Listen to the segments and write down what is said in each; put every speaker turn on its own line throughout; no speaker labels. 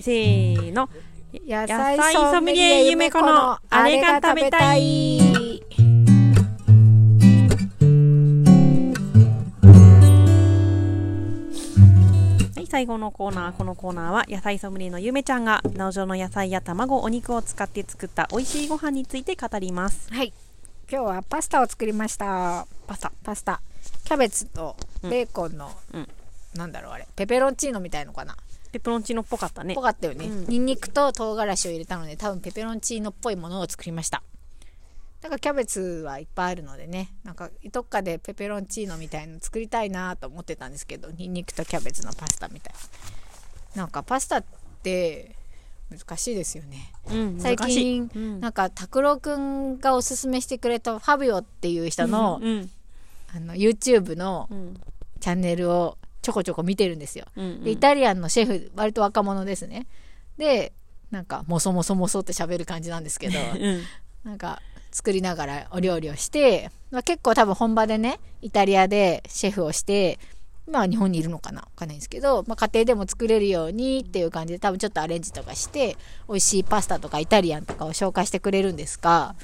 せーの。
野
菜ソムリエ夢子のあれが食べたいはい、最後のコーナー。このコーナーは野菜ソムリエのゆめちゃんが農場の野菜や卵、お肉を使って作った美味しいご飯について語ります。
はい今日はパスタを作りましたパスタパスタキャベツとベーコンの、
うんうん
なんだろうあれペペロンチーノみたいのかな
ペペロンチーノっぽかったね
ぽ。かったよね、
うん
ニンニクと唐辛子を入れたので多分ペペロンチーノっぽいものを作りましたなんかキャベツはいっぱいあるのでねなんかどっかでペペロンチーノみたいの作りたいなと思ってたんですけどニンニクとキャベツのパスタみたいなんかパスタって難しいですよね
うん、
最
難しい
近
うん
なんか拓郎くんがおすすめしてくれたファビオっていう人の,、
うん
あの YouTube の
うん
チャンネルをちょこちょこ見てるんですよ
うんうん
でイタリアンのシェフ割と若者ですねでなんかもそもそもそって喋る感じなんです けど
うん
なんか作りながらお料理をして、まあ、結構多分本場でねイタリアでシェフをしてまあ日本にいるのかなわかんないんですけど、まあ、家庭でも作れるようにっていう感じで多分ちょっとアレンジとかして美味しいパスタとかイタリアンとかを紹介してくれるんですが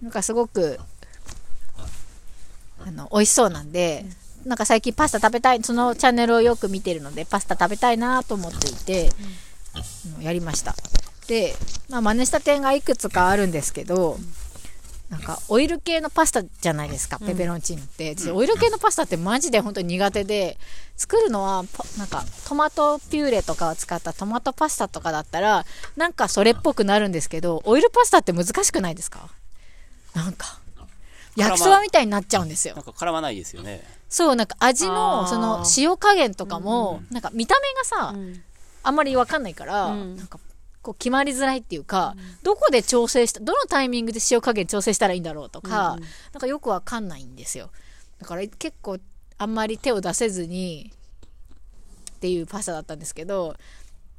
なんかすごくあの美味しそうなんで、なんか最近パスタ食べたいそのチャンネルをよく見てるのでパスタ食べたいなと思っていて、あのやりましたで、まあ、真似した点がいくつかあるんですけど、なんかオイル系のパスタじゃないですかペペロンチーノって、私オイル系のパスタってマジで本当に苦手で作るのはパなんかトマトピューレとかを使ったトマトパスタとかだったらなんかそれっぽくなるんですけどオイルパスタって難しくないですかなんか焼きそばみたいになっちゃうんですよ
なんか絡まないですよね。
そうなんか味
あ
の
ー
その塩加減とかも、なんか見た目がさ、あんまりわかんないから、
うん
なんかこう決まりづらいっていうか、どこで調整したどのタイミングで塩加減調整したらいいんだろうとか、なんかよくわかんないんですよだから結構あんまり手を出せずにっていうパスタだったんですけど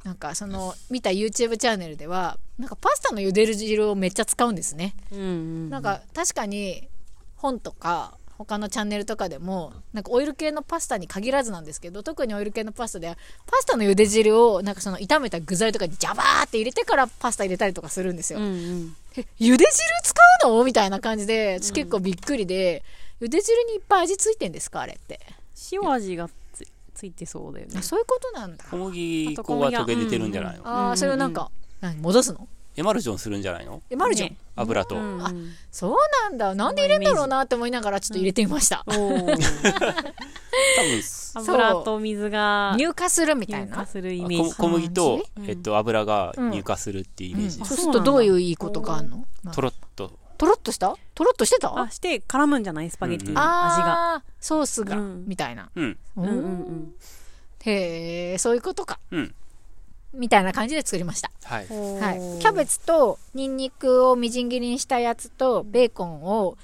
なんかその見た YouTube チャンネルではなんかパスタの茹でる汁をめっちゃ使うんですね
うんうん
なんか確かに本とか他のチャンネルとかでもなんかオイル系のパスタに限らずなんですけど特にオイル系のパスタではパスタの茹で汁をなんかその炒めた具材とかにジャバーって入れてからパスタ入れたりとかするんですよ、
うんうん
え茹で汁使うのみたいな感じで私結構びっくりで、茹で汁にいっぱい味ついてんですかあれって
塩味がつついてそうだよね
あ。そういうことなんだ
小麦粉は溶け出てるんじゃないの、
ああそれをなんか、何戻すの
エマルジョンするんじゃないの
えマルジョン、
ね
油と。
うん
あそうなんだなんで入れんだろうなって思いながらちょっと入れてみました、
おー
多分
油と水が
乳化するみたい
乳
な
化するイメー
小
ジ。
小麦と
感、
えっと、油が乳化するっていうイメージ
う
で
んそ
す。
うするとどういういいことがあるの、まあ
とろっと。
とろっとしたとろっとしてた
あして絡むんじゃないスパゲッティ
うん
の味が。
あーソースが、
うん
みたいな、
うん。
うんうんう
おー
ん。
へえそういうことか
うん。
みたいな感じで作りました、
はい。
はい、キャベ
ツ
ツとニンニクをみじん切りにしたやつとベーコンを、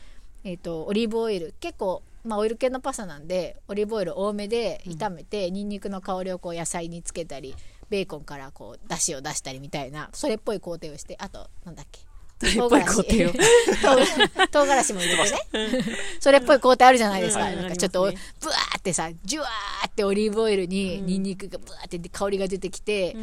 えー、とオリーブオイル結構、まあ、オイル系のパスタなんでオリーブオイル多めで炒めて、ニンニクの香りをこう野菜につけたりベーコンからこう出汁を出したりみたいなそれっぽい工程をしてあとなんだっけ
っ
唐
ぽい
辛
工
子
程を
唐辛子も入れてね それっぽい工程あるじゃないですか、
うん
なんかちょっと
あ
ブワ
りま
ーってさジュワーってオリーブオイルにニンニクがブワーって香りが出てきて、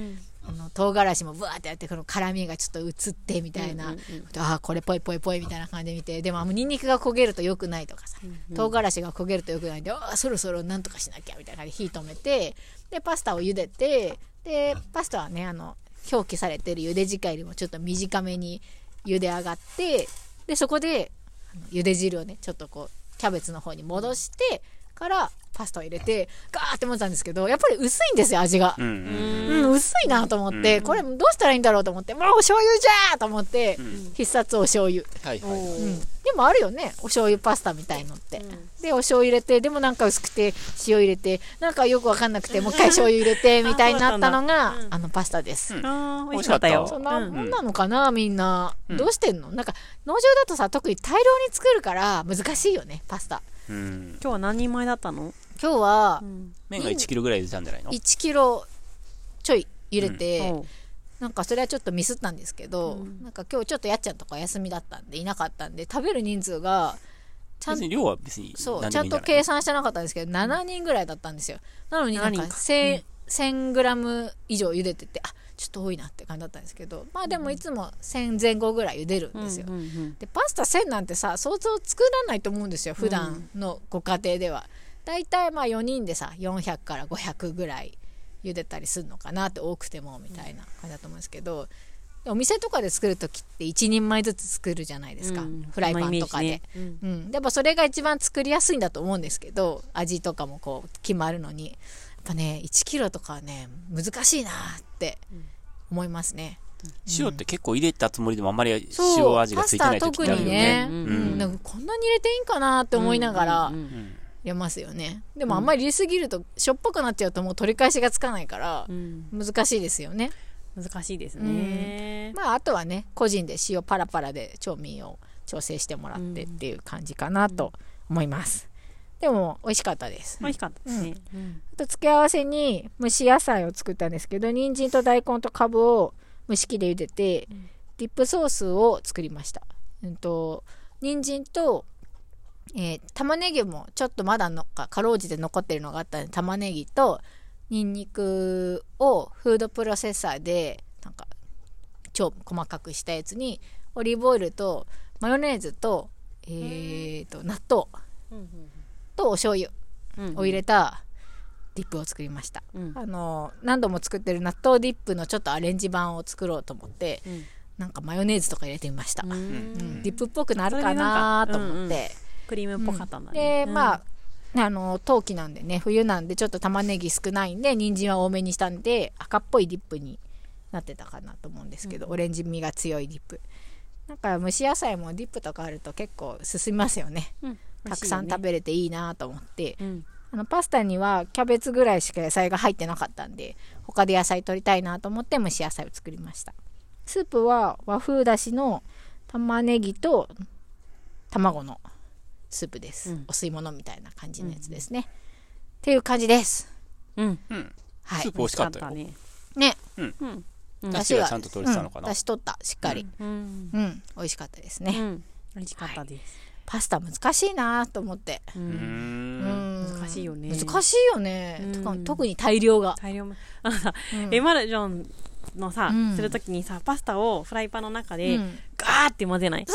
あの唐辛子もブワーってやってこの辛みがちょっと移ってみたいな、
うんうん
ああこれぽいぽいぽいみたいな感じで見てでもあのニンニクが焦げると良くないとかさ、唐辛子が焦げると良くないんでああそろそろなんとかしなきゃみたいな感じで火止めてでパスタを茹でてでパスタはねあの表記されてる茹で時間よりもちょっと短めに茹で上がってでそこであの茹で汁をねちょっとこうキャベツの方に戻してからパスタを入れてガーって混ぜたんですけどやっぱり薄いんですよ味が。
うんうん。
うん、薄いなと思って、これどうしたらいいんだろうと思って、もうお醤油じゃーと思って、
ん
必殺お醤油。
はいはいはい。
うん。でもあるよね、お醤油パスタみたいのって。で、お醤油入れて、でもなんか薄くて、塩入れて、なんかよくわかんなくて、もう一回醤油入れて、みたいになったのが、
そうなんだうん
あのパスタです。
うん
あー美味しかったよ。
そんな
うん
もんなのかな、みんな。
うん
どうしてんのなんか、農場だとさ、特に大量に作るから、難しいよね、パスタ。
うん。
今日は何人前だったの？
今日は、
麺が1キロぐらい入れたんじゃないの
1キロちょい入れて、
おう
なんかそれはちょっとミスったんですけど、なんか今日ちょっとやっちゃんとか休みだったんでいなかったんで食べる人数がちゃん
別に量は別に
そうち
何で
ゃ
もいい
んと
んじゃない
計算してなかったんですけど7人ぐらいだったんですよなのになんか
7人か
1000 1000g 以上茹でててあちょっと多いなって感じだったんですけどまあでもいつも1000前後ぐらい茹でるんですよ。
うんうんうん
でパスタ1000なんてさ想像作らないと思うんですよ普段のご家庭では、だいたいまあ4人でさ400から500ぐらい茹でたりするのかなって多くてもみたいな感じだと思うんですけど、お店とかで作る時って1人前ずつ作るじゃないですか、
うん
フライパンとかで、
そのイメージね
うん、やっぱそれが一番作りやすいんだと思うんですけど味とかもこう決まるのにやっぱね1キロとかはね難しいなって思いますね、
塩って結構入れたつもりでもあんまり
そう
塩味がついてない時ってあるよね
パスタは
う
特。に
ん
ね、
うん
なんかこんなに入れていいんかなって思いながら
うんうんうん
うん
入れますよねでもあんまり入れすぎるとしょっぱくなっちゃうともう取り返しがつかないから
うん
難しいですよね、
難しいですね。
まああとはね個人で塩パラパラで調味を調整してもらってっていう感じかなと思います、でも美味しかったです
美味しかったですね。
あと付け合わせに蒸し野菜を作ったんですけど人参と大根とカブを蒸し器で茹でて、ディップソースを作りました。うんと人参と、えー玉ねぎもちょっとまだのかかろうじて残ってるのがあったんで玉ねぎとニンニクをフードプロセッサーでなんか超細かくしたやつにオリーブオイルとマヨネーズと,、えー、と納豆とお醤油を入れたディップを作りました、
うん
あの何度も作ってる納豆ディップのちょっとアレンジ版を作ろうと思って
うん
なんかマヨネーズとか入れてみました、
うん
うんディップっぽくなるかなと思って、
クリームっぽかったんだね。
でまあ、ねあの冬季なんでね冬なんでちょっと玉ねぎ少ないんで人参は多めにしたんで赤っぽいディップになってたかなと思うんですけど、オレンジ味が強いディップなんか蒸し野菜もディップとかあると結構進みますよね
うん、
たくさん食
べ。
べれていいなと思って、
うん
あのパスタにはキャベツぐらいしか野菜が入ってなかったんで他で野菜取りたいなと思って蒸し野菜を作りましたスープは和風だしの玉ねぎと卵のスープです、
うん
お吸い物みたいな感じのやつですね、っていう感じです
うん、
うん。
は
ス
い
ープ美味しかったよ。
ね。
ね
うん、うん
出汁がちゃんと取れてたのかな
うん、だ。し取ったしっかり
うん、
うん、美味しかったですね、
うん、美味しかったです。
パスタ難しいなと思って、
う
うー
ん、
ん。
うん
難しいよね
難しいよね、
うん
特に特に大量が、
大量も、あのさ、
うん
エマルジョンのさ、
うん
するときにさ、パスタをフライパンの中
う
で、
ん
ガーって混ぜない。
そ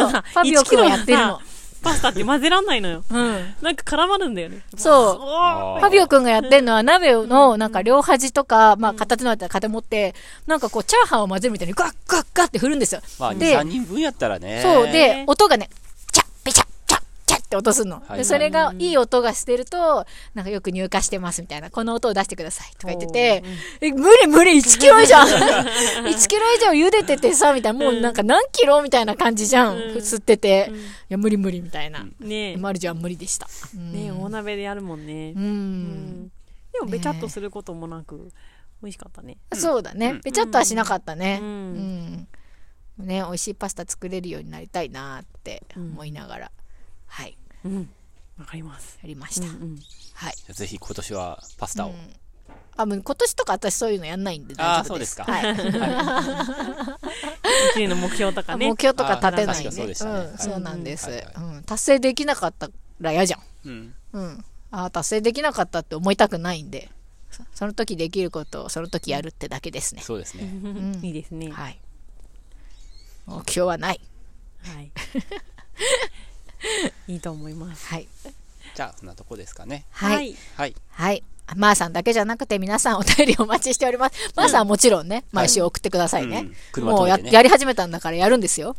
うそうそうそう ファビオ君はやってるの
1パスタって混ぜらんないのよ。
うん
なんか絡まるんだよね。
そう
おー
あー
ファビオ君がやってるのは鍋のなんか両端とか、まあ片手のやったら片手持って、なんかこうチャーハンを混ぜるみたいにガッガッガッって振るんですよ。
まあ、2、
で
3人分やったらね。
そう。で、音がね、チャッ、ペチャッ、チャッ、チャッって落とすの。
はい
で、それがいい音がしてると、なんかよく入荷してますみたいな、この音を出してくださいとか言ってて、え、無理無理 !1 キ ロ以上 !1 キロ以上茹でててさ、みたいな、もうなんか何キロみたいな感じじゃん。
うん
吸ってて。
うん
いや、無理無理みたいな。
ねえ。
マルジは無理でした。
ねえ、
うん
大鍋でやるもんね。
う。
うんでも、べちゃっとすることもなく、美味しかったね。
そうだ
う
ね
ん。
べちゃっとはしなかったね。
う
うんん。ね、美味しいパスタ作れるようになりたいなって思いながら、はい、
うん。わかります。
やりました。
うんうん
はい。
ぜひ今年はパスタを。
あ、もう今年とか私そういうのやんないんで
あ
大
あ、
丈
そ
夫
う
で
です
す。
か。
はい。
は
一年の目標とかね
目。標とか立て
あー
ない
確かそうでしたねはい
ん、そうなんです、
はいはい
うん。達成できなかったら嫌じゃん。
いうん。
うん。あー達成できなかったって思いたくないんで、そその時できることをその時やるってだけですね。
そうですね。
ん
いいですね。は
はい。目標はない。
い。 いいと思います。
はい。
じゃあ、そんなとこですかね。
はい。。
はい。
はい。まーさんだけじゃなくて皆さんお便りお待ちしております。まーさんはもちろんね、毎週送ってくださいね。
うん車
もうや
止めてね
やり始めたんだからやるんです よ。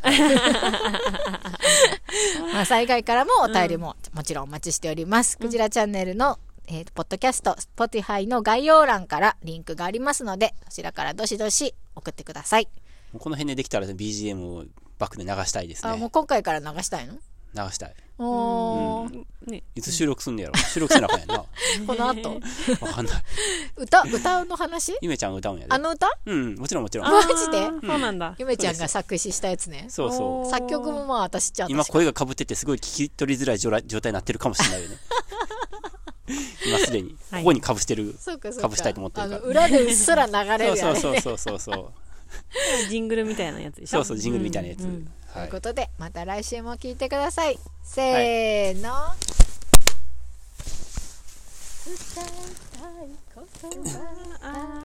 まあ災害からもお便りももちろんお待ちしております。クジラチャンネルの、えーポッドキャスト、Spotify の概要欄からリンクがありますので、そちらからどしどし送ってください。
もうこの辺でできたら BGM をバックで流したいです
あ、もう
ね。
今回から流したいの
流したい。
おー、
ね。
いつ収録すんのやろ収録せなあかんやんな。
この後、
わかんない。
歌、歌の話
ゆめちゃんが歌うんやで
あ。の歌
うん、もちろんもちろん。
マジで
あーそうなんだ。
ゆめちゃんが作詞したやつね。
そう
お
そ
ー
う。
作曲もまあ私ちゃんと
今声がかぶっててすごい聞き取りづらい状態状態になってるかもしれないよね。今すでに。
は
こ
い
こにかぶしてる。
そうかそうか
かぶしたいと思ってるから
あの裏でうっすら流れ
そう
る
そ
や
う
つ
そうそうそうそう。
ジングルみたいなやつでし
そ
ょ
うそう、ジングルみたいなやつ。
うんうん
とい
は
う
い
こ。とでまた来週も聞いてくださいせーの、
あー